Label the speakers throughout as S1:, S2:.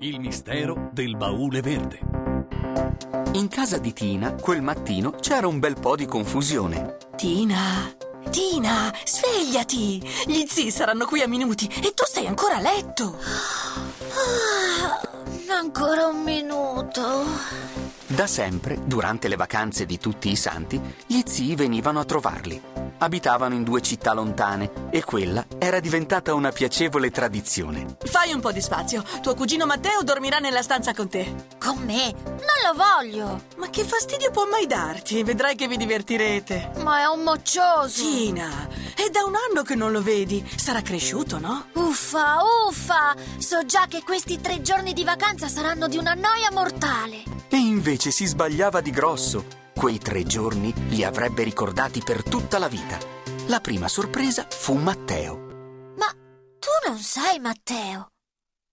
S1: Il mistero del baule verde.
S2: In casa di Tina, quel mattino c'era un bel po' di confusione.
S3: Tina, Tina, svegliati! Gli zii saranno qui a minuti e tu sei ancora a letto!
S4: Ah, ancora un minuto.
S2: Da sempre, durante le vacanze di tutti i santi, gli zii venivano a trovarli. Abitavano in due città lontane e quella era diventata una piacevole tradizione.
S3: Fai un po' di spazio. Tuo cugino Matteo dormirà nella stanza con te.
S4: Con me? Non lo voglio.
S3: Ma che fastidio può mai darti? Vedrai che vi divertirete.
S4: Ma è un moccioso.
S3: Tina, è da un anno che non lo vedi. Sarà cresciuto, no?
S4: Uffa, uffa. So già che questi tre giorni di vacanza saranno di una noia mortale.
S2: E invece si sbagliava di grosso. Quei tre giorni li avrebbe ricordati per tutta la vita. La prima sorpresa fu Matteo.
S4: Ma tu non sei Matteo.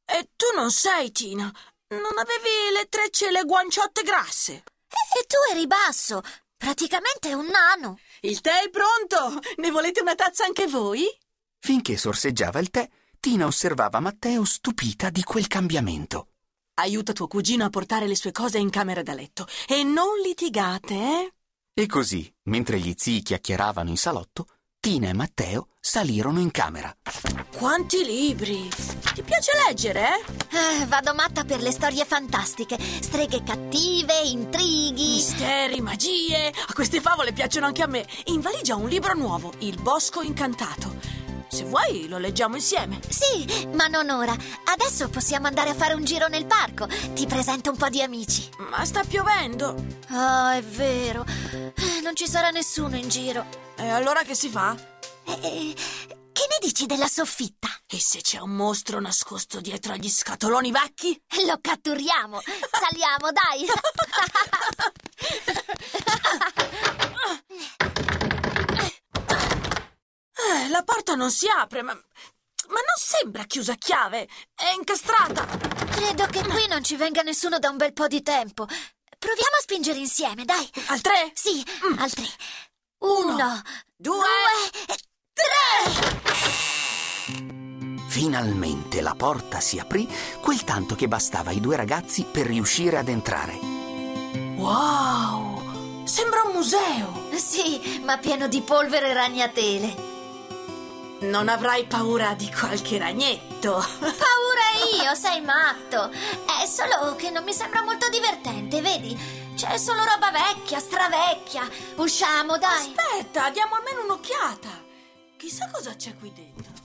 S3: E tu non sei Tina. Non avevi le trecce e le guanciotte grasse.
S4: E, e tu eri basso. Praticamente un nano.
S3: Il tè è pronto! Ne volete una tazza anche voi?
S2: Finché sorseggiava il tè, Tina osservava Matteo stupita di quel cambiamento.
S3: Aiuta tuo cugino a portare le sue cose in camera da letto e non litigate, eh?
S2: E così, mentre gli zii chiacchieravano in salotto, Tina e Matteo salirono in camera.
S3: Quanti libri! Ti piace leggere, eh?
S4: Eh, vado matta per le storie fantastiche. Streghe cattive, intrighi.
S3: Misteri, magie. A queste favole piacciono anche a me. In valigia ho un libro nuovo, Il bosco incantato. Se vuoi lo leggiamo insieme.
S4: Sì, ma non ora. Adesso possiamo andare a fare un giro nel parco. Ti presento un po' di amici.
S3: Ma sta piovendo.
S4: Ah, è vero. Eh, Non ci sarà nessuno in giro.
S3: E allora che si fa?
S4: Eh, eh, che ne dici della soffitta?
S3: E se c'è un mostro nascosto dietro agli scatoloni vecchi?
S4: Lo catturiamo. Saliamo, dai.
S3: Eh, la porta non si apre, ma, ma non sembra chiusa a chiave. È incastrata.
S4: Credo che qui non ci venga nessuno da un bel po' di tempo. Proviamo a spingere insieme, dai.
S3: Al tre?
S4: Sì,
S3: Mm.
S4: al tre.
S3: Uno,
S4: Uno,
S3: due,
S4: due, tre.
S2: Finalmente la porta si aprì, quel tanto che bastava ai due ragazzi per riuscire ad entrare.
S3: Wow! Sembra un museo.
S4: Sì, ma pieno di polvere e ragnatele.
S3: Non avrai paura di qualche ragnetto.
S4: Paura io, sei matto! È solo che non mi sembra molto divertente, vedi? C'è solo roba vecchia, stravecchia. Usciamo, dai!
S3: Aspetta, diamo almeno un'occhiata. Chissà cosa c'è qui dentro.